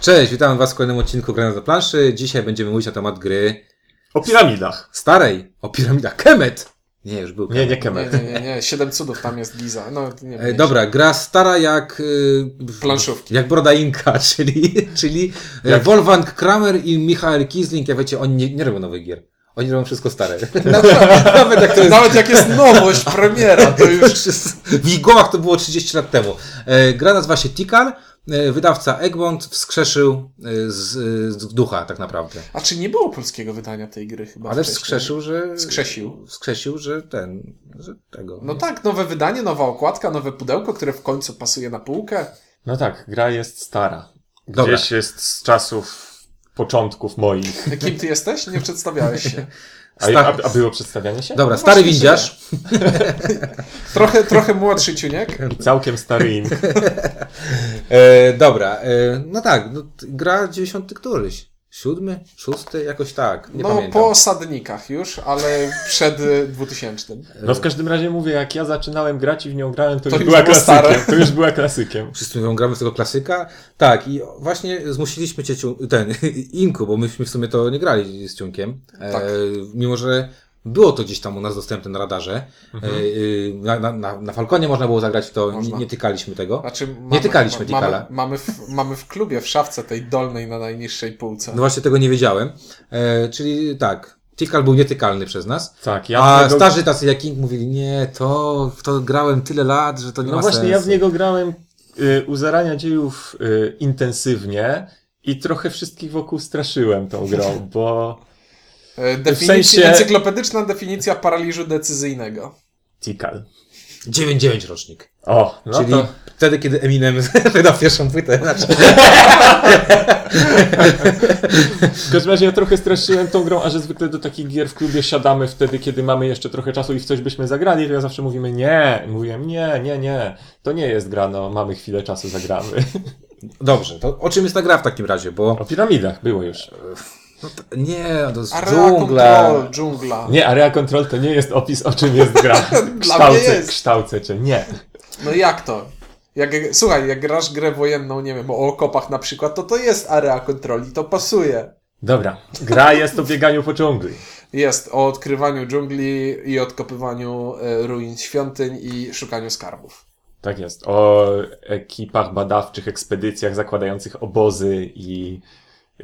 Cześć, witam Was w kolejnym odcinku Granat do planszy. Dzisiaj będziemy mówić na temat gry O piramidach. starej o piramidach Kemet. Nie, już był Nie, Kemet. nie Nie, Kemet. nie, nie, nie. Siedem cudów tam jest Giza. No, nie E, mniejsza. dobra, gra stara jak... y, Planszówki. Jak Broda Inka, czyli, czyli jak... Jak- Wolfgang Kramer i Michael Kisling. Ja wiecie, oni nie, nie robią nowych gier. Oni robią wszystko stare. No Nawet- tak. Nawet jak to jest... Nawet jak jest nowość, premiera, to już... W ich głowach to było 30 lat temu. E, gra nazywa się Tikal. E, wydawca Egmont wskrzeszył e, z, z ducha tak naprawdę. A czy nie było polskiego wydania tej gry chyba Ale wcześniej? wskrzeszył, że. Wskrzesił. Wskrzesił, że ten. Że tego. No tak, nowe wydanie, nowa okładka, nowe pudełko, które w końcu pasuje na półkę. No tak, gra jest stara. Gdzieś Dobra. jest z czasów początków moich. E, Kim ty jesteś? Nie przedstawiałeś się. A, Sta- a, a było przedstawianie się? Dobra, No stary właśnie, windziarz. Trochę, trochę młodszy ciuniek. I całkiem stary ink. tak. E, dobra, e, no tak, no, t- gra 90 któryś. Siódmy, szósty, jakoś tak. Nie No pamiętam. po osadnikach już, ale przed y, 2000. No w każdym razie mówię, jak ja zaczynałem grać i w nią grałem, to, To już już była było klasykiem. stare. To już była klasykiem. Wszyscy mówią, gramy w tego klasyka. Tak, i właśnie zmusiliśmy cię, ciu- ten, Inku, bo myśmy w sumie to nie grali z Ciunkiem. Tak. E, mimo, że było to gdzieś tam u nas dostępne na radarze. E, y, na, na- na, na Falconie można było zagrać w to, nie, Mhm. Można. nie tykaliśmy tego. Znaczy, mamy, tykaliśmy mamy, Dikala. mamy, w, mamy w klubie, w szafce tej dolnej na najniższej półce. No właśnie tego nie wiedziałem. E, czyli tak, Tikal był nietykalny przez nas. Tak, ja a w niego... starzy tacy jak King mówili, nie, to, w to grałem tyle lat, że to nie No ma właśnie, sensu. ja w niego grałem y, u zarania dziejów y, intensywnie i trochę wszystkich wokół straszyłem tą grą, bo... E, Definicja, sensie- Encyklopedyczna definicja paraliżu decyzyjnego. Tikal. 9-9 rocznik. O, no czyli to... wtedy, kiedy Eminem wydał pierwszą płytę. Znaczy, W każdym razie ja trochę straszyłem tą grą, a że zwykle do takich gier w klubie siadamy wtedy, kiedy mamy jeszcze trochę czasu i w coś byśmy zagrali, to ja zawsze mówimy nie, mówiłem nie, nie, nie, to nie jest gra, no mamy chwilę czasu, zagramy. dobrze, to o czym jest ta gra w takim razie? Bo O piramidach było już. no to, nie, to jest Area dżungla. control, dżungla. Nie, Area Control to nie jest opis o czym jest gra. mnie Kształcę, jest. kształcę cię, nie. No jak to? Jak, słuchaj, jak grasz grę wojenną, nie wiem, o okopach na przykład, to to jest area kontroli, to pasuje. Dobra, gra jest o bieganiu po dżungli. Jest o odkrywaniu dżungli i odkopywaniu e, ruin świątyń i szukaniu skarbów. Tak jest, o ekipach badawczych, ekspedycjach zakładających obozy i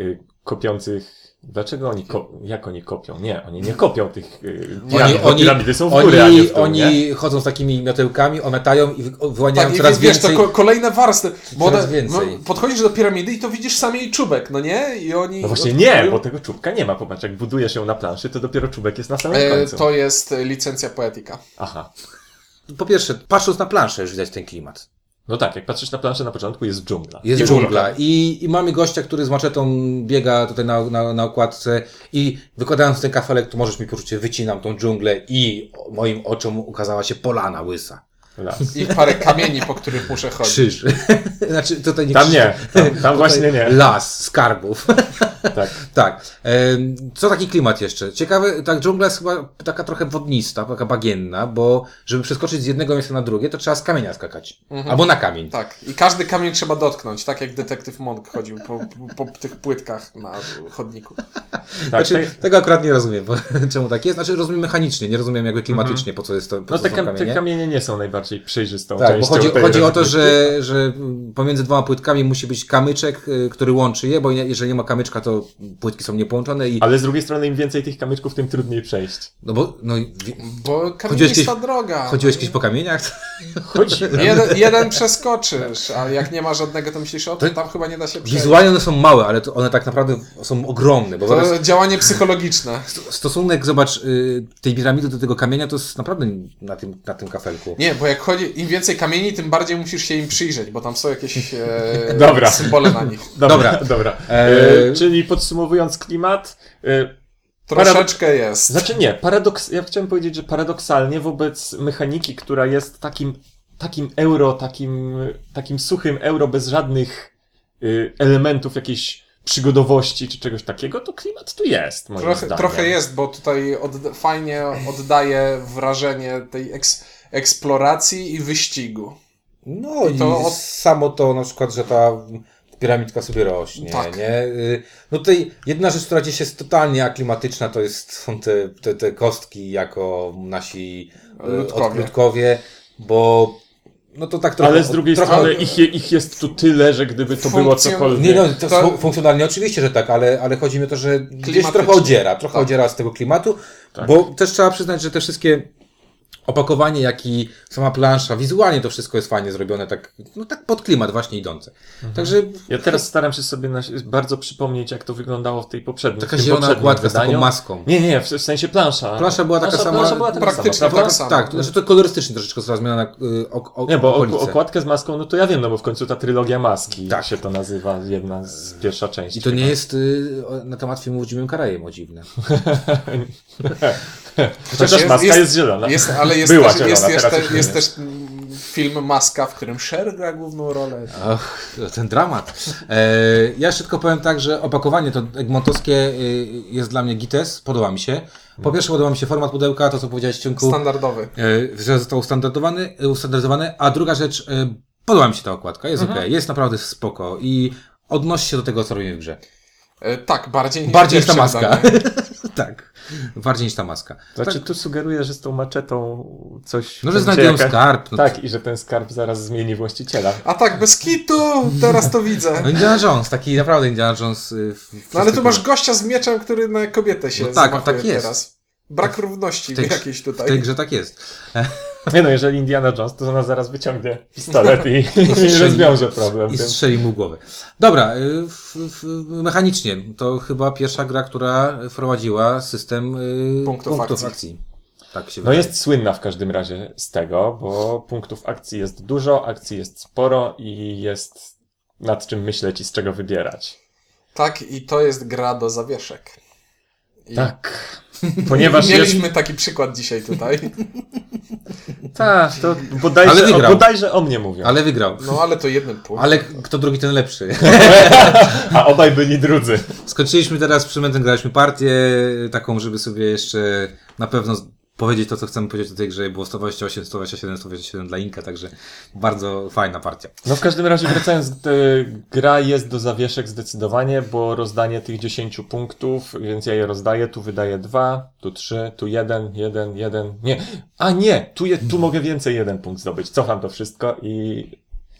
y, kopiących... Dlaczego oni ko- jak oni kopią? Nie, oni nie kopią tych y, piramid, bo piramidy są w górę, a nie w oni, dół, nie? oni chodzą z takimi miotełkami, ometają i wy- wyłaniają Tak, i no coraz wiesz, więcej. to ko- kolejne warstwy. Bo Coraz one- więcej. No, podchodzisz do piramidy i to widzisz sam jej czubek, no nie? I oni... No właśnie nie, bo tego czubka nie ma. Popatrz, jak budujesz ją na planszy, to dopiero czubek jest na samym E, końcu. to jest licencja poetyka. Aha. Po pierwsze, patrząc na planszę, już widać ten klimat. No tak, jak patrzysz na planszę na początku, jest dżungla. Jest I dżungla. I, I mamy gościa, który z maczetą biega tutaj na, na, na okładce i wykładając ten kafelek, to możesz mi poczucie, wycinam tą dżunglę i moim oczom ukazała się polana łysa. Las. I parę kamieni, po których muszę chodzić. Krzyż. znaczy tutaj nie Tak. Tam krzyż. nie, tam, tam właśnie Tutaj nie. Las skarbów. Tak. tak. Em, Co taki klimat jeszcze? Ciekawe, tak dżungla jest chyba taka trochę wodnista, taka bagienna, bo żeby przeskoczyć z jednego miejsca na drugie, to trzeba z kamienia skakać. Mhm. Albo na kamień. Tak, i każdy kamień trzeba dotknąć, tak jak detektyw Monk chodził po, po, po tych płytkach na chodniku. tak znaczy, te, tego akurat nie rozumiem, bo, czemu tak jest. Znaczy rozumiem mechanicznie, nie rozumiem jakby klimatycznie, po co jest to, po no co te, są kam- kamienie. te kamienie nie są najbardziej przejrzystą tak, bo częścią chodzi, tej chodzi o to, rozgrywki. że, że pomiędzy dwoma płytkami musi być kamyczek, y, który łączy je, bo nie- jeżeli nie ma kamyczka, to płytki są niepołączone i... Ale z drugiej strony im więcej tych kamyczków, tym trudniej przejść. No bo, no, i wi- Bo Chodziłeś kamienista kiedyś- droga. chodziłeś kiedyś po kamieniach? Tak. Chodzi. Jeden, jeden przeskoczysz, a jak nie ma żadnego, to myślisz o tym, tam chyba nie da się przejść. Wizualnie one są małe, ale to one tak naprawdę są ogromne, bo zaraz To działanie psychologiczne. stosunek, zobacz, y, tej piramidy do tego kamienia to jest naprawdę na tym, na tym kafelku. Nie, bo jak chodzi, im więcej kamieni, tym bardziej musisz się im przyjrzeć, bo tam są jakieś e, Dobra. symbole na nich. Dobra, Dobra. dobra. Eee. E, czyli podsumowując klimat, e, Troszeczkę jest. Znaczy nie, paradoks, ja chciałem powiedzieć, że paradoksalnie wobec mechaniki, która jest takim, takim euro, takim, takim suchym euro bez żadnych y, elementów jakiejś przygodowości czy czegoś takiego, to klimat tu jest, moim Trochę, zdaniem. trochę jest, bo tutaj od, fajnie oddaje wrażenie tej eks, eksploracji i wyścigu. No i I to od- samo to na przykład, że ta Piramidka sobie rośnie, Tak. nie? Y, No tutaj jedna rzecz, która gdzieś jest totalnie aklimatyczna, to jest, są te, te, te kostki jako nasi y, Ludkowie. od- ludkowie, bo no to tak trochę... Ale z drugiej trochę- strony ich, je- ich jest tu tyle, że gdyby to było Funkcją- cokolwiek. Nie no, to To- fu- funkcjonalnie oczywiście, że tak, ale, ale chodzi mi o to, że gdzieś Klimatycznie. trochę odziera, trochę Tak. odziera z tego klimatu, Tak. bo też trzeba przyznać, że te wszystkie opakowanie, jak i sama plansza, wizualnie to wszystko jest fajnie zrobione, tak, no tak pod klimat właśnie idące. Także Ja teraz staram się sobie na, bardzo przypomnieć, jak to wyglądało w tej poprzedniej. w taka tym zielona poprzednim okładka z taką wydaniu. maską. Nie, nie, w, w sensie plansza. Plansza była taka sama- Plansza była taka praktycznie sama, tak prawda? samo. Tak, to znaczy to kolorystycznie troszeczkę została zmiana y, ok, ok, Nie, bo ok- okolice. okładkę z maską, no to ja wiem, no bo w końcu ta trylogia maski Tak. tak. się to nazywa, jedna z pierwsza część. I to nie jest y, o- na temat filmu z Jimem Karajem, o dziwne. Chociaż Jest- maska jest- jest, zielona. Jest, ale jest, Była też, zielona, jest, jest, teraz też, już nie jest wiem. też mm, film Maska, w którym Cher gra główną rolę. Ach, ten dramat. E, ja szybko powiem tak, że opakowanie to egmontowskie y, jest dla mnie gites, podoba mi się. Po pierwsze podoba mi się format pudełka, to co powiedziałeś Ciunku, Standardowy. e, że został ustandaryzowany, e, ustandaryzowany, a druga rzecz, e, podoba mi się ta okładka, jest Mhm. ok, jest naprawdę spoko i odnosi się do tego, co robimy w grze. E, Tak, bardziej niż Bardziej niż ta pierwsze maska. wydanie. tak, bardziej niż ta maska. Znaczy tak, tu sugeruję, że z tą maczetą coś... no, że będzie znajdują jakaś- skarb. No, Tak, i że ten skarb zaraz zmieni właściciela. A tak, bez kitu, teraz to widzę. No Indiana Jones, taki naprawdę Indiana Jones. y, w- w- No ale tu masz gościa z mieczem, który na kobietę się No tak, zamachuje tak jest. teraz. Brak równości w tej grze- jakiejś W tej tutaj. grze tak jest. Nie no, jeżeli Indiana Jones, to ona zaraz wyciągnie pistolet i, i strzeli. rozwiąże problem. I więc- strzeli mu głowę. Dobra, y, w, w, mechanicznie to chyba pierwsza gra, która wprowadziła system y, Punktów akcji. Tak się No wydaje. jest słynna w każdym razie z tego, bo punktów akcji jest dużo, akcji jest sporo i jest nad czym myśleć i z czego wybierać. Tak, i to jest gra do zawieszek. I Tak. Ponieważ jest... Mieliśmy taki przykład dzisiaj tutaj, Tak, to Ale bodajże, o, wygrał. bodajże o mnie mówią. Ale wygrał. no ale to jednym punktem. Ale kto drugi, ten lepszy. A obaj byli drudzy. Skończyliśmy teraz przymentem, graliśmy partię y, taką, żeby sobie jeszcze na pewno z- powiedzieć to, co chcemy powiedzieć o tej grze. Było 128, 127, 127 dla Inka, także bardzo fajna partia. No w każdym razie wracając, e, gra jest do zawieszek zdecydowanie, bo rozdanie tych 10 punktów, więc ja je rozdaję, tu wydaję 2, tu 3, tu 1, 1, 1, nie. A nie, tu, je, tu mogę więcej jeden punkt zdobyć. Cofam to wszystko i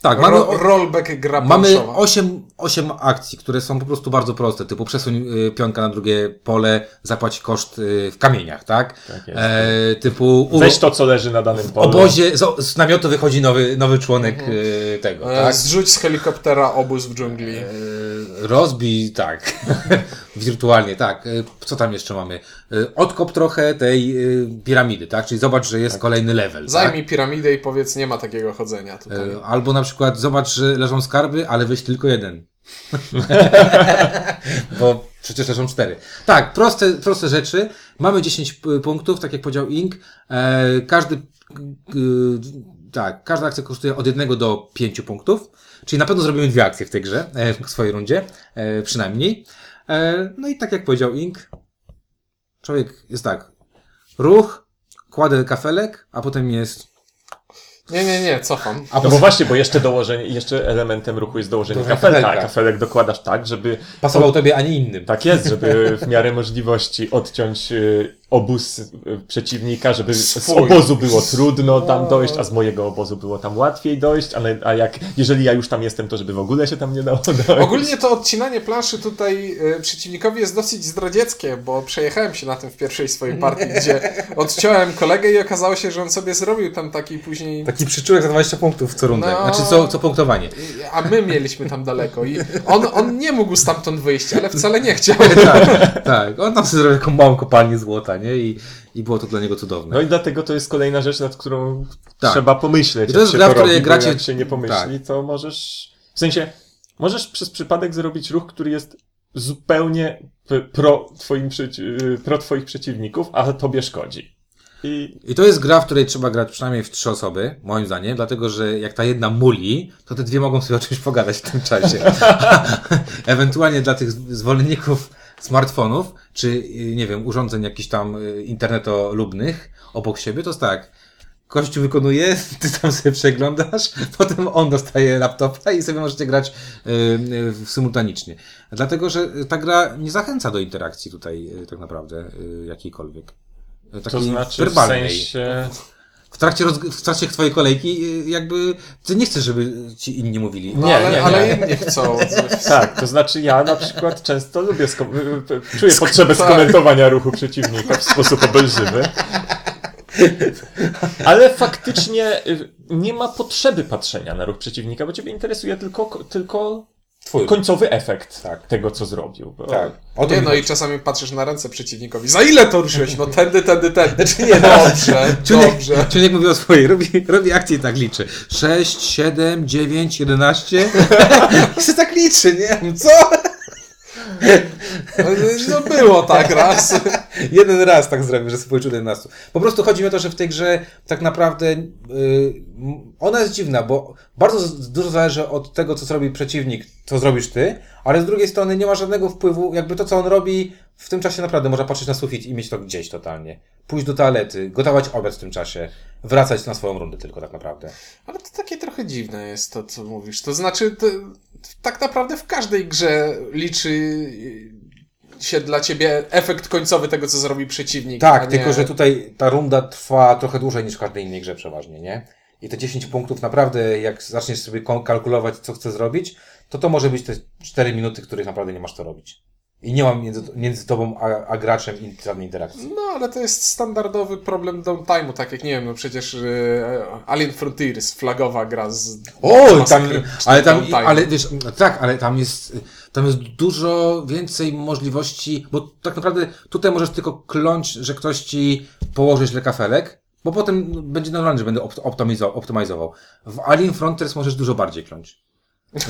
Tak, mamy Ro rollback gra Mamy planszowa. 8, osiem akcji, które są po prostu bardzo proste, typu przesuń y, pionka na drugie pole, zapłać koszt y, w kamieniach, tak? Tak jest. E, typu u, weź to, co leży na danym w polu. obozie, z, z namiotu wychodzi nowy, nowy członek y, tego, E, tak? Zrzuć z helikoptera obóz w dżungli. E, Rozbij, tak. Wirtualnie, tak. E, Co tam jeszcze mamy? E, Odkop trochę tej y, piramidy, tak? Czyli zobacz, że jest kolejny level. tak? Zajmij piramidę i powiedz, nie ma takiego chodzenia tutaj. Tak. E, Albo na przykład zobacz, że leżą skarby, ale weź tylko jeden. Bo przecież leżą cztery. Tak, proste, proste rzeczy. Mamy 10 p- punktów, tak jak powiedział Ink. E, każdy, g- tak, każda akcja kosztuje od jednego do pięciu punktów. Czyli na pewno zrobimy dwie akcje w tej grze, e, w swojej rundzie, e, przynajmniej. E, no i tak jak powiedział Ink, człowiek jest tak, ruch, kładę kafelek, a potem jest... Nie, nie, nie, cofam. A No bo potem właśnie, bo jeszcze dołożenie, jeszcze elementem ruchu jest dołożenie Dołożenie kafelka. kafelka. a Kafelek dokładasz tak, żeby pasował tobie, a nie innym. Tak jest, żeby w miarę możliwości odciąć y, obóz y, przeciwnika, żeby z Swój. obozu było trudno tam dojść, a z mojego obozu było tam łatwiej dojść, a, na- a jak, jeżeli ja już tam jestem, to żeby w ogóle się tam nie dało dojść. Ogólnie to odcinanie planszy tutaj y, przeciwnikowi jest dosyć zdradzieckie, bo przejechałem się na tym w pierwszej swojej partii, gdzie odciąłem kolegę i okazało się, że on sobie zrobił tam taki później... Taki przyczółek za 20 punktów co rundę. No. Znaczy co, co punktowanie. A my mieliśmy tam daleko i on, on nie mógł stamtąd wyjść, ale wcale nie chciał. tak, tak. On tam sobie zrobił taką małą kopalnię złota, nie? I, i było to dla niego cudowne. No i dlatego to jest kolejna rzecz, nad którą Tak. trzeba pomyśleć. I To to jak jest się gra, w to której robi, bo gracie- tak. Jak się nie pomyśli, to możesz. W sensie, możesz przez przypadek zrobić ruch, który jest zupełnie p- pro, twoim, przeci- y, pro twoich przeciwników, a tobie szkodzi. I I to jest gra, w której trzeba grać przynajmniej w trzy osoby, moim zdaniem, dlatego że jak ta jedna muli, to te dwie mogą sobie o czymś pogadać w tym czasie. Ewentualnie dla tych zwolenników smartfonów, czy y, nie wiem, urządzeń jakichś tam y, internetolubnych obok siebie, to jest tak. Kościół wykonuje, ty tam sobie przeglądasz, potem on dostaje laptopa i sobie możecie grać y, y, w- symultanicznie. Dlatego, że ta gra nie zachęca do interakcji tutaj y, tak naprawdę y, jakiejkolwiek. Y, Takiej To znaczy w werbalnej. sensie... W trakcie, rozg- w trakcie twojej kolejki y, jakby ty nie chcesz, żeby ci inni mówili. No, Nie, ale, nie, ale nie. inni chcą. Tak, to znaczy ja na przykład często lubię, skom- y, y, czuję potrzebę tak. skomentowania ruchu przeciwnika w sposób obelżywy. Ale faktycznie y, nie ma potrzeby patrzenia na ruch przeciwnika, bo ciebie interesuje tylko, tylko Twój. końcowy efekt Tak. tego, co zrobił. Bo... Tak. O to Nie, mi no chodzi. i czasami patrzysz na ręce przeciwnikowi. Za ile to ruszyłeś? No tędy, tędy, tędy. Znaczy nie, no. Dobrze, Czujnik, dobrze. Czujnik mówi o swojej, robi, robi akcję i tak liczy. 6, 7, 9, 11. I się tak liczy, nie? Co? No było tak raz. Jeden raz tak zrobił, że sobie policzył 11. Po prostu chodzi mi o to, że w tej grze tak naprawdę y, m, ona jest dziwna, bo bardzo z- dużo zależy od tego, co zrobi przeciwnik, co zrobisz ty, ale z drugiej strony nie ma żadnego wpływu, jakby to, co on robi, w tym czasie naprawdę można patrzeć na sufit i mieć to gdzieś totalnie. Pójść do toalety, gotować obiad w tym czasie, wracać na swoją rundę tylko tak naprawdę. Ale to takie trochę dziwne jest to, co mówisz. To znaczy, to, tak naprawdę w każdej grze liczy się dla ciebie efekt końcowy tego, co zrobi przeciwnik. a Tak, nie... tylko że tutaj ta runda trwa trochę dłużej niż w każdej innej grze przeważnie, nie? I te 10 punktów naprawdę, jak zaczniesz sobie kon- kalkulować, co chcesz zrobić, to to może być te 4 minuty, których naprawdę nie masz co robić. I nie mam między, między tobą a, a graczem in- żadnej interakcji. No, ale to jest standardowy problem downtime'u, tak jak, nie wiem, no przecież e, Alien Frontiers, flagowa gra z... O, z tam, ale tam, downtime'u. ale wiesz, no tak, ale tam jest, tam jest dużo więcej możliwości, bo tak naprawdę tutaj możesz tylko kląć, że ktoś ci położy źle kafelek, bo potem będzie normalnie, że będę opt- optymizo- optymalizował. W Alien Frontiers możesz dużo bardziej kląć.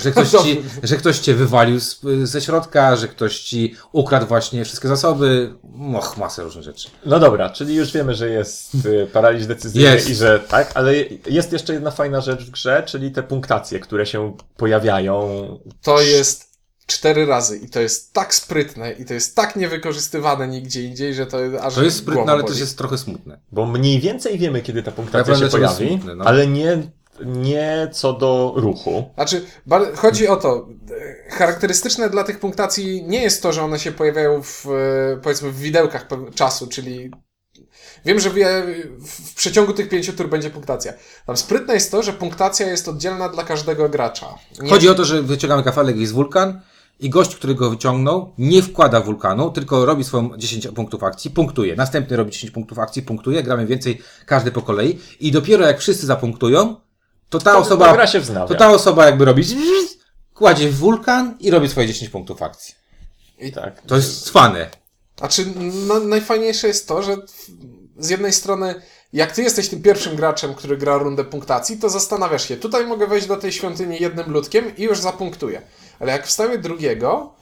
Że ktoś, ci, że ktoś cię wywalił z, ze środka, że ktoś ci ukradł właśnie wszystkie zasoby, och, masę różnych rzeczy. No dobra, czyli już wiemy, że jest y, paraliż decyzyjny Jest. i że tak, ale jest jeszcze jedna fajna rzecz w grze, czyli te punktacje, które się pojawiają To jest cztery razy i to jest tak sprytne i to jest tak niewykorzystywane nigdzie indziej, że to aż To jest sprytne, głowa ale boli. też jest trochę smutne. Bo mniej więcej wiemy, kiedy ta punktacja Naprawdę się czegoś pojawi, smutny, no. ale nie, nie co do ruchu. Znaczy, bar- chodzi o to, e, charakterystyczne dla tych punktacji nie jest to, że one się pojawiają w, e, powiedzmy, w widełkach pe- czasu, czyli wiem, że wie, w w przeciągu tych pięciu tur będzie punktacja. Tam sprytne jest to, że punktacja jest oddzielna dla każdego gracza. Nie, Chodzi o to, że wyciągamy kafelek, jest wulkan i gość, który go wyciągnął, nie wkłada wulkanu, tylko robi swoją 10 punktów akcji, punktuje. Następny robi 10 punktów akcji, punktuje, gramy więcej, każdy po kolei i dopiero jak wszyscy zapunktują, to ta To, osoba, to gra się wznawia. to ta osoba jakby robi zzzz, kładzie w wulkan i robi swoje 10 punktów akcji. I- Tak. To jest cwane. Znaczy, no, najfajniejsze jest to, że z jednej strony, jak ty jesteś tym pierwszym graczem, który gra rundę punktacji, to zastanawiasz się, tutaj mogę wejść do tej świątyni jednym ludkiem i już zapunktuję. Ale jak wstawię drugiego,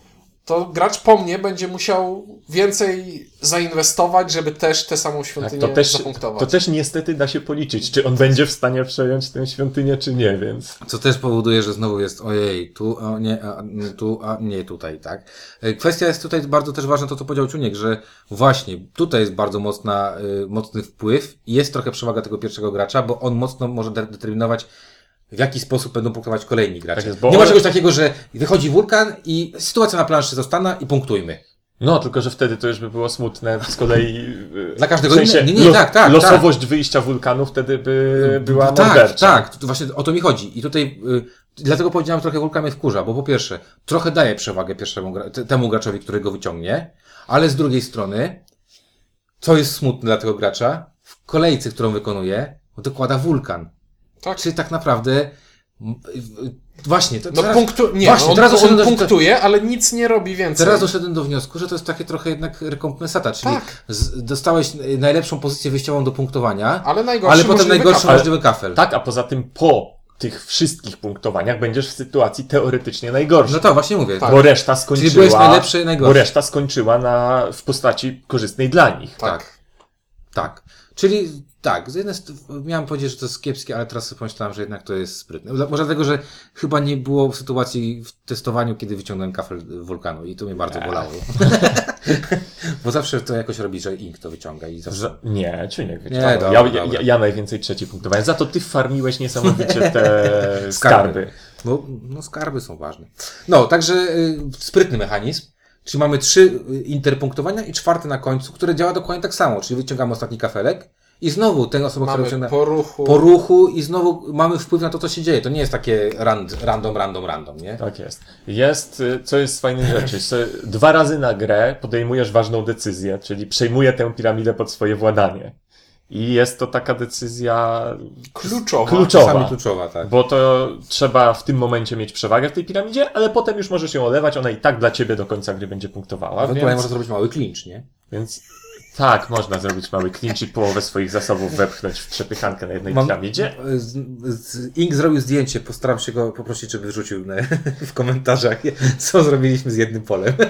to gracz po mnie będzie musiał więcej zainwestować, żeby też tę samą Tak, świątynię to, też, zapunktować. to też niestety da się policzyć, czy on będzie w stanie przejąć tę świątynię, czy nie, więc. Co też powoduje, że znowu jest ojej, tu, a nie, a, mm, tu, a nie tutaj, tak? E, Kwestia jest tutaj bardzo też ważna, to co powiedział Czuniek, że właśnie tutaj jest bardzo mocna, y, mocny wpływ i jest trochę przewaga tego pierwszego gracza, bo on mocno może de- determinować w jaki sposób będą punktować kolejni gracze. Tak jest, bo nie ma one- czegoś takiego, że wychodzi wulkan i sytuacja na planszy zostana i punktujmy. No, tylko że wtedy to już by było smutne z kolei. y, Dla każdego w sensie, innego- nie, nie, tak, tak, Losowość wyjścia wulkanu wtedy by Y, była tak, mordercza. tak, to właśnie o to mi chodzi. I tutaj y, dlatego powiedziałem trochę wulkan mnie wkurza, bo po pierwsze, trochę daje przewagę pierwszemu gra- te- temu graczowi, który go wyciągnie, ale z drugiej strony, co jest smutne dla tego gracza, w kolejce, którą wykonuje, dokłada wulkan. Tak. Czyli tak naprawdę m, y, y, właśnie to, No teraz, punktu... Nie, właśnie, on, teraz on, doszedłem do- punktuje, ale nic nie robi więcej. Teraz doszedłem do wniosku, że to jest takie trochę jednak rekompensata, czyli Tak. z, dostałeś y, najlepszą pozycję wyjściową do punktowania, Ale najgorszy ale potem możliwy najgorszy kapel. możliwy kafel. Tak, a poza tym po tych wszystkich punktowaniach będziesz w sytuacji teoretycznie najgorszej. No to właśnie mówię. Tak. Bo reszta skończyła. byłeś najlepszy i najgorszy. Bo reszta skończyła na, w postaci korzystnej dla nich. Tak. Tak. Czyli tak, z jednej strony miałem powiedzieć, że to jest kiepskie, ale teraz sobie pomyślałem, że jednak to jest sprytne. Dla- Może dlatego, że chyba nie było sytuacji w testowaniu, kiedy wyciągnąłem kafel wulkanu i to mnie bardzo bolało. Bo zawsze to jakoś robi, że ink to wyciąga i zawsze... Że, nie, Czujnik Nie, nie, ja, dobra, ja, dobra. ja, ja najwięcej trzeci punktowałem. Za to ty farmiłeś niesamowicie te skarby. Bo no, skarby są ważne. No, także y, sprytny mechanizm. Czyli mamy trzy y, interpunktowania i czwarte na końcu, które działa dokładnie tak samo. Czyli wyciągamy ostatni kafelek i znowu ten osoba, która Mamy wyciąga po ruchu. po ruchu i znowu mamy wpływ na to, co się dzieje. To nie jest takie rand, random, random, random, nie? Tak jest. Jest, y, co jest z fajnej rzeczy, że dwa razy na grę podejmujesz ważną decyzję, czyli przejmuję tę piramidę pod swoje władanie. I jest to taka decyzja Kluczowa. Czasami kluczowa, kluczowa, tak. bo to trzeba w tym momencie mieć przewagę w tej piramidzie, ale potem już możesz ją olewać, ona i tak dla ciebie do końca gry będzie punktowała, Ewentualnie No, więc, można zrobić mały clinch, nie? więc tak, można zrobić mały clinch i połowę swoich zasobów wepchnąć w przepychankę na jednej Mam- piramidzie. Z, z, Ink zrobił zdjęcie, postaram się go poprosić, żeby wrzucił na, w komentarzach, co zrobiliśmy z jednym polem.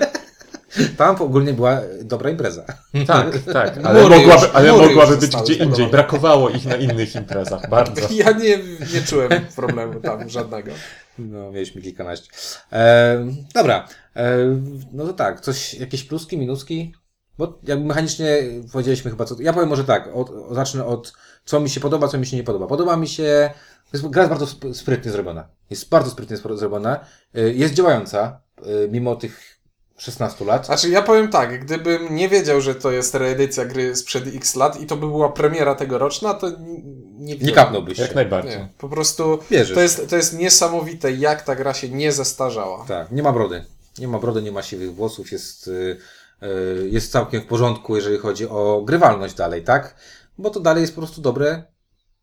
Tam ogólnie była dobra impreza. Tak, tak, ale Mury już- mogłaby, ale mury już mogłaby być zostały gdzie indziej, zbudowane. brakowało ich na innych imprezach, bardzo. Ja nie, nie czułem problemu tam żadnego. No, mieliśmy kilkanaście. E, dobra, e, no to tak, coś, jakieś pluski, minuski? Bo jakby mechanicznie powiedzieliśmy chyba co... Ja powiem może tak, od, o- zacznę od co mi się podoba, co mi się nie podoba. Podoba mi się... Jest, gra jest bardzo sp- sprytnie zrobiona. Jest bardzo sprytnie spro- zrobiona. E, Jest działająca, e, mimo tych 16 lat. Znaczy, ja powiem tak, gdybym nie wiedział, że to jest reedycja gry sprzed X lat i to by była premiera tegoroczna, to n- nie Nie wziąłbym. kapnąłbyś Jak się. najbardziej. Nie, po prostu Wierzysz. to jest, to jest niesamowite, jak ta gra się nie zestarzała. Tak, nie ma brody. Nie ma brody, nie ma siwych włosów, jest, y, y, jest całkiem w porządku, jeżeli chodzi o grywalność dalej, tak? Bo to dalej jest po prostu dobre,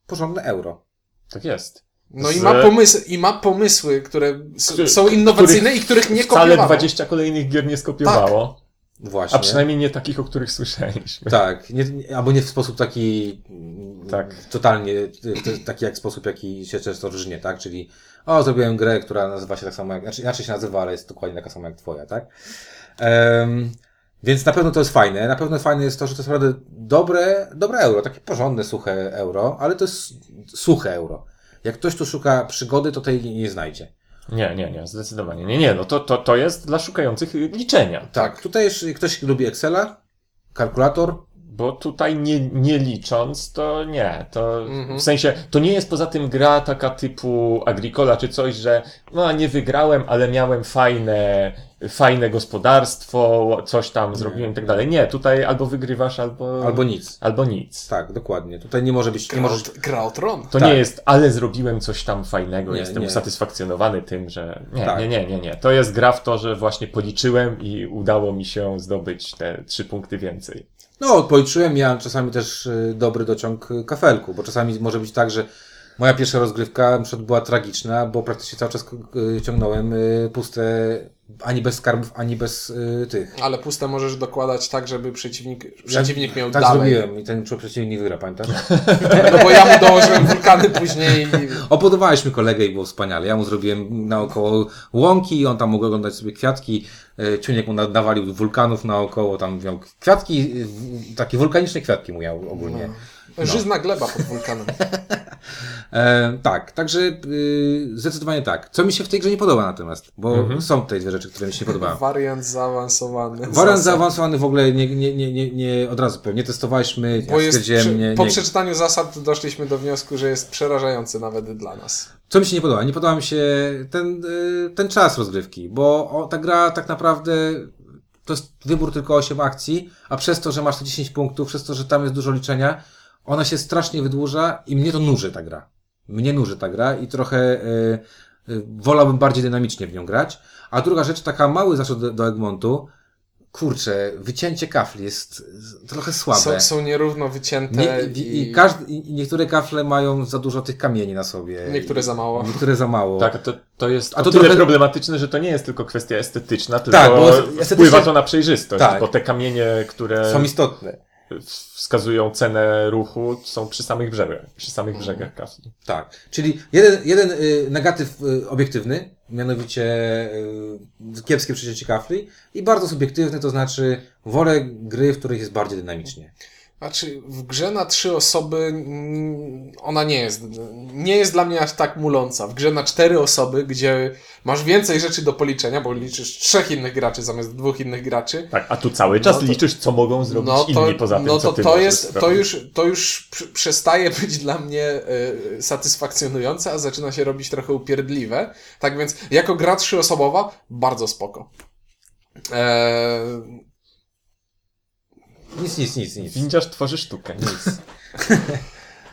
porządne euro. Tak jest. No i Z- ma, pomysły, i ma pomysły, które s- Który- są innowacyjne i których nie Wcale kopiowano. Tak. 20 kolejnych gier nie skopiowało, Właśnie. a przynajmniej nie takich, o których słyszeliśmy. Tak, nie, nie- albo nie w sposób taki tak. Tak. totalnie, y, to jest taki jak sposób, jaki się często różnie, tak? Czyli o, zrobiłem grę, która nazywa się tak samo jak, znaczy inaczej się nazywa, ale jest dokładnie taka sama jak twoja, tak? Em, więc na pewno to jest fajne. Na pewno fajne jest to, że to jest naprawdę dobre, dobre euro, takie porządne, suche euro, ale to jest suche euro. Jak ktoś tu szuka przygody, to tej nie znajdzie. Nie, nie, nie, zdecydowanie. Nie, nie, no to, to, to jest dla szukających y, liczenia, Tak, tutaj jeśli ktoś lubi Excela, kalkulator, bo tutaj nie, nie licząc, to nie, to Mhm. w sensie, to nie jest poza tym gra taka typu Agricola czy coś, że no nie wygrałem, ale miałem fajne, fajne gospodarstwo, coś tam zrobiłem i tak dalej. Nie, tutaj albo wygrywasz, albo, albo nic. albo nic. Tak, dokładnie. Tutaj nie może być, nie Gra, możesz gra o tron. To Tak. nie jest, ale zrobiłem coś tam fajnego, Nie, jestem nie. usatysfakcjonowany tym, że. Nie, Tak. nie, nie, nie, nie. To jest gra w to, że właśnie policzyłem i udało mi się zdobyć te trzy punkty więcej. No, policzyłem, miałem czasami też y, dobry dociąg y, kafelku, bo czasami może być tak, że moja pierwsza rozgrywka na przykład była tragiczna, bo praktycznie cały czas y, ciągnąłem y, puste, ani bez skarbów, ani bez y, tych. Ale puste możesz dokładać tak, żeby przeciwnik, przeciwnik miał tak dalej. zrobiłem i ten człowiek przeciwnik wygra, pamiętasz? No bo ja mu dołożyłem wulkany później i Opodobaliśmy kolegę i było wspaniale. Ja mu zrobiłem naokoło łąki, on tam mógł oglądać sobie kwiatki. e, Ciuniek mu na- nawalił wulkanów naokoło, tam miał kwiatki, y, w- takie wulkaniczne kwiatki mu miał ogólnie. No. No. żyzna gleba pod wulkanem. E, tak, także y, zdecydowanie tak. Co mi się w tej grze nie podoba natomiast, bo są tutaj dwie rzeczy, które mi się nie podobały. Wariant zaawansowany. Warren Zasad. zaawansowany w ogóle nie, nie, nie, nie, nie od razu pewnie nie testowaliśmy, Bo jest, stwierdziłem, przy, nie, po nie. przeczytaniu zasad doszliśmy do wniosku, że jest przerażający nawet dla nas. Co mi się nie podoba? Nie podoba mi się ten, y, ten czas rozgrywki, bo o, ta gra tak naprawdę to jest wybór tylko 8 akcji, a przez to, że masz te 10 punktów, przez to, że tam jest dużo liczenia, ona się strasznie wydłuża i mnie to nuży ta gra. Mnie nuży ta gra i trochę y, y, wolałbym bardziej dynamicznie w nią grać. A druga rzecz, taka mały zaszczyt do, do Egmontu, kurczę, wycięcie kafli jest y, trochę słabe. Są, są nierówno wycięte Nie, i, i, i, każdy, i i niektóre kafle mają za dużo tych kamieni na sobie. niektóre za mało. Niektóre za mało. Tak, to, to jest A to A to tyle trochę- problematyczne, że to nie jest tylko kwestia estetyczna, tylko Tak, bo estetycznie- wpływa to na przejrzystość, Tak. bo te kamienie, które Są istotne. wskazują cenę ruchu, są przy samych brzegach, przy samych Mhm. brzegach kafli. Tak. Czyli jeden, jeden y, negatyw y, obiektywny, mianowicie y, kiepskie przecięcie kafli i bardzo subiektywny, to znaczy wolę gry, w których jest bardziej dynamicznie. Znaczy, w grze na trzy osoby mm, ona nie jest. Nie jest dla mnie aż tak muląca. W grze na cztery osoby, gdzie masz więcej rzeczy do policzenia, bo liczysz trzech innych graczy zamiast dwóch innych graczy. Tak, a tu cały czas No to- liczysz, co mogą zrobić inni poza tym, no co to, ty to, możesz jest, to zrobić. już, to już przy- przestaje być dla mnie e, satysfakcjonujące, a zaczyna się robić trochę upierdliwe. Tak więc, jako gra trzyosobowa, bardzo spoko. E, Nic, nic, nic, nic. Windziarz tworzy sztukę. Nic.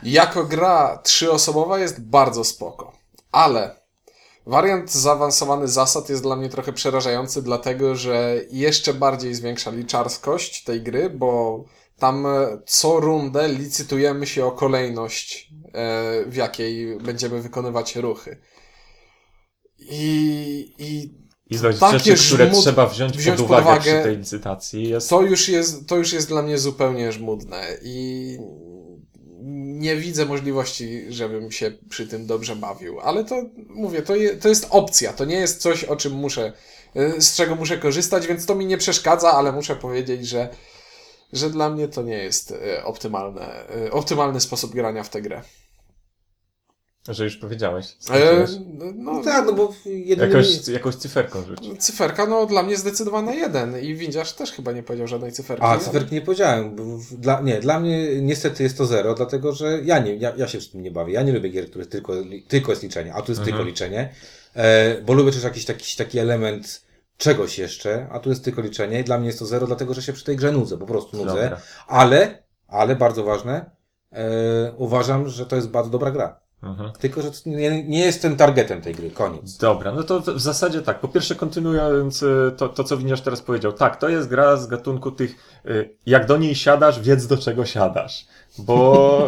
Jako gra trzyosobowa jest bardzo spoko, ale wariant zaawansowany zasad jest dla mnie trochę przerażający, dlatego że jeszcze bardziej zwiększa liczarskość tej gry, bo tam e, co rundę licytujemy się o kolejność, e, w jakiej będziemy wykonywać ruchy. I, i I zobacz, Takie rzeczy, które żmud- trzeba wziąć, wziąć pod pod uwagę, przy uwagę- tej licytacji jest... to już jest, to już jest dla mnie zupełnie żmudne i nie widzę możliwości, żebym się przy tym dobrze bawił, ale to mówię, to, je, to jest opcja, to nie jest coś, o czym muszę, y, z czego muszę korzystać, więc to mi nie przeszkadza, ale muszę powiedzieć, że, że dla mnie to nie jest y, optymalne, y, optymalny sposób grania w tę grę. Że już powiedziałeś. E, skończyłeś. no, Tak, no bo jedynymi... Jakoś, jakąś cyferką rzuć. Cyferka, no dla mnie zdecydowana jeden i Windziarz też chyba nie powiedział żadnej cyferki. A, cyferki nie powiedziałem. bo w- Dla, nie, dla mnie niestety jest to zero, dlatego że ja nie, ja, ja się z tym nie bawię. Ja nie lubię gier, które tylko, li- tylko jest liczenie, a tu jest tylko liczenie, e, bo lubię też jakiś taki, taki element czegoś jeszcze, a tu jest tylko liczenie i dla mnie jest to zero, dlatego że się przy tej grze nudzę, po prostu nudzę. Dobra. Ale, ale bardzo ważne, e, uważam, że to jest bardzo dobra gra. Mhm. Tylko, że to nie, nie jestem targetem tej gry, koniec. Dobra, no to w w zasadzie tak. Po pierwsze, kontynuując y, to, to co Winiarz teraz powiedział. Tak, to jest gra z gatunku tych, y, jak do niej siadasz, wiedz do czego siadasz. Bo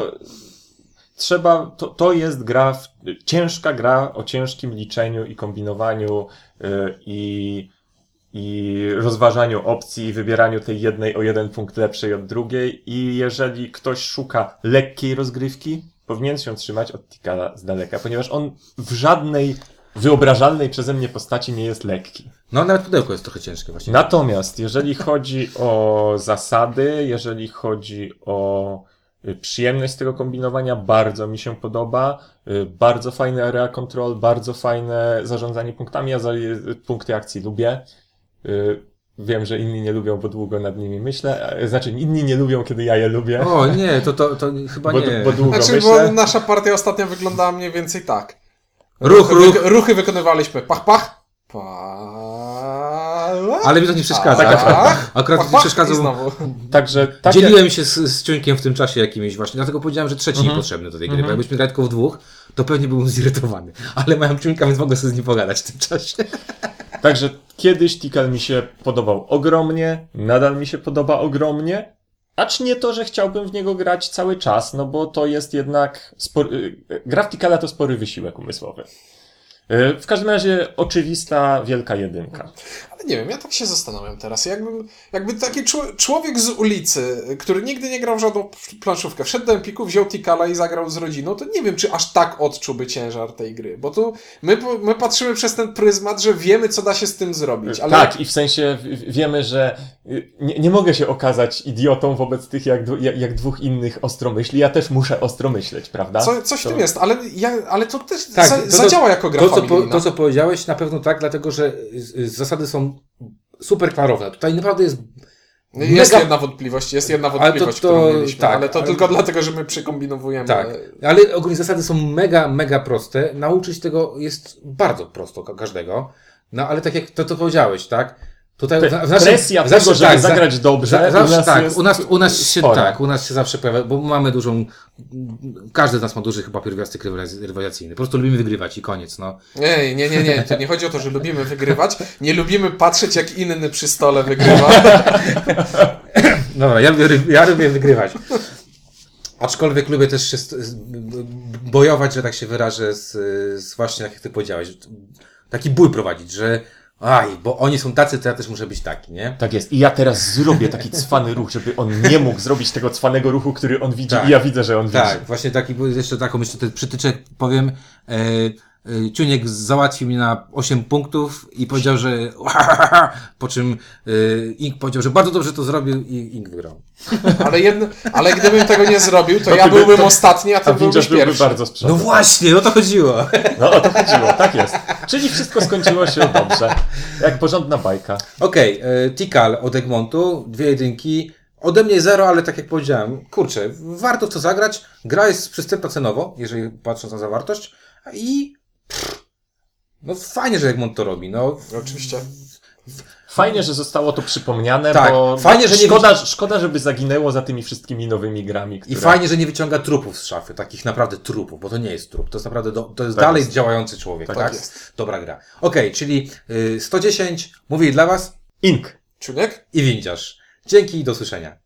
trzeba, to, to jest gra, w, ciężka gra o ciężkim liczeniu i kombinowaniu y, i, i rozważaniu opcji i wybieraniu tej jednej o jeden punkt lepszej od drugiej. I jeżeli ktoś szuka lekkiej rozgrywki, powinien się trzymać od Tikala z daleka, ponieważ on w żadnej wyobrażalnej przeze mnie postaci nie jest lekki. No, nawet pudełko jest trochę ciężkie właśnie. Natomiast jeżeli chodzi o zasady, jeżeli chodzi o y, przyjemność tego kombinowania, bardzo mi się podoba. Y, Bardzo fajne area control, bardzo fajne zarządzanie punktami. Ja za- y, punkty akcji lubię. Y, Wiem, że inni nie lubią, bo długo nad nimi myślę. Y, Znaczy, inni nie lubią, kiedy ja je lubię. O nie, to, to, to chyba Bo, nie. bo długo Znaczy, myślę. bo nasza partia ostatnio wyglądała mniej więcej tak. Ruch, Ruchy, ruch, wyko- ruchy wykonywaliśmy. Pach, pach. Pach. ale mi to nie przeszkadza. Taka Akurat, akurat mi pach, przeszkadza, i bo znowu. Także tak takie... Dzieliłem się z, z Ciuńkiem w tym czasie jakimś właśnie, dlatego powiedziałem, że trzeci Mhm. niepotrzebny do tej gry, Mhm. bo jakbyśmy grali tylko w dwóch, to pewnie byłbym zirytowany. Ale miałem Ciuńka, więc mogę sobie z nim pogadać w tym czasie. Także kiedyś Tikal mi się podobał ogromnie, nadal mi się podoba ogromnie, acz nie to, że chciałbym w niego grać cały czas, no bo to jest jednak spory, y, gra w Tikala to spory wysiłek umysłowy. Y, W każdym razie oczywista wielka jedynka. Ale nie wiem, ja tak się zastanawiam teraz. Jakbym, jakby taki czł- człowiek z ulicy, który nigdy nie grał w żadną planszówkę, wszedł do Empiku, wziął Tikala i zagrał z rodziną, to nie wiem, czy aż tak odczułby ciężar tej gry. Bo tu my, po- my patrzymy przez ten pryzmat, że wiemy, co da się z tym E, zrobić. Ale Tak, i w sensie w- w- wiemy, że y, nie, nie mogę się okazać idiotą wobec tych jak, dwu- jak, jak dwóch innych ostro myśli. Ja też muszę ostro myśleć, prawda? co, coś w To- tym jest, ale, ja, ale to też Tak, za, to- to- zadziała jako gra To co, po, familijna. to, co powiedziałeś, na pewno tak, dlatego że z, z zasady są super klarowne. Tutaj naprawdę jest... No Jest Mega- jedna wątpliwość, jest jedna Ale to- wątpliwość, to- którą mieliśmy, tak, ale to ale- tylko dlatego, że my przykombinowujemy. Tak, ale ogólnie zasady są mega, mega proste. Nauczyć tego jest bardzo prosto ka- każdego. No ale tak jak to, to powiedziałeś, tak? Tutaj Pre- w- w naszym- presja w tego, naszym- żeby tak, za- zagrać dobrze, Za, u zawsze nas tak, jest u nas, u nas się spora. tak, u nas się zawsze pojawia, bo mamy dużą, każdy z nas ma duży chyba pierwiastek rywaliz- rywalizacyjny. Po prostu lubimy wygrywać i koniec, no. Nie, nie, nie, nie, to nie chodzi o to, że lubimy wygrywać, nie lubimy patrzeć jak inny przy stole wygrywa. Dobra, ja lubię, ry- ja lubię wygrywać. Aczkolwiek lubię też się st- z- bojować, że tak się wyrażę, z, z właśnie tak jak ty powiedziałeś. Taki bój prowadzić, że aj, bo oni są tacy, to ja też muszę być taki, nie? Tak jest. I ja teraz zrobię taki cwany ruch, żeby on nie mógł zrobić tego cwanego ruchu, który on widzi Tak. i ja widzę, że on Tak, widzi. właśnie taki, bo jeszcze taką jeszcze ten przytyczek powiem, e, y, Ciuniek załatwił mnie na 8 punktów i powiedział, że po czym y, Ink powiedział, że bardzo dobrze to zrobił i Ink wygrał. Ale, jedno, ale gdybym tego nie zrobił, to To ja ty by- byłbym to- ostatni, a A ty byłbyś Windziarz byłby pierwszy. bardzo z No przodu. właśnie, o to chodziło. No o to chodziło, tak jest. Czyli wszystko skończyło się dobrze. Jak porządna bajka. Okej, okay, Tikal od Egmontu, dwie jedynki. Ode mnie zero, ale tak jak powiedziałem, kurczę, warto w to zagrać. Gra jest przystępna cenowo, jeżeli patrząc na zawartość. I pff, no fajnie, że Egmont to robi. No, Oczywiście. Fajnie, że zostało to przypomniane, Tak, bo fajnie, że nie szkoda, szkoda, żeby zaginęło za tymi wszystkimi nowymi grami, I które... fajnie, że nie wyciąga trupów z szafy, takich naprawdę trupów, bo to nie jest trup, to jest naprawdę, do, to jest Tak dalej jest. działający człowiek, tak? Tak Jest. Dobra gra. Okej, czyli y, 110, mówili dla Was Ink. Czuniek? i windziarz. Dzięki i do słyszenia.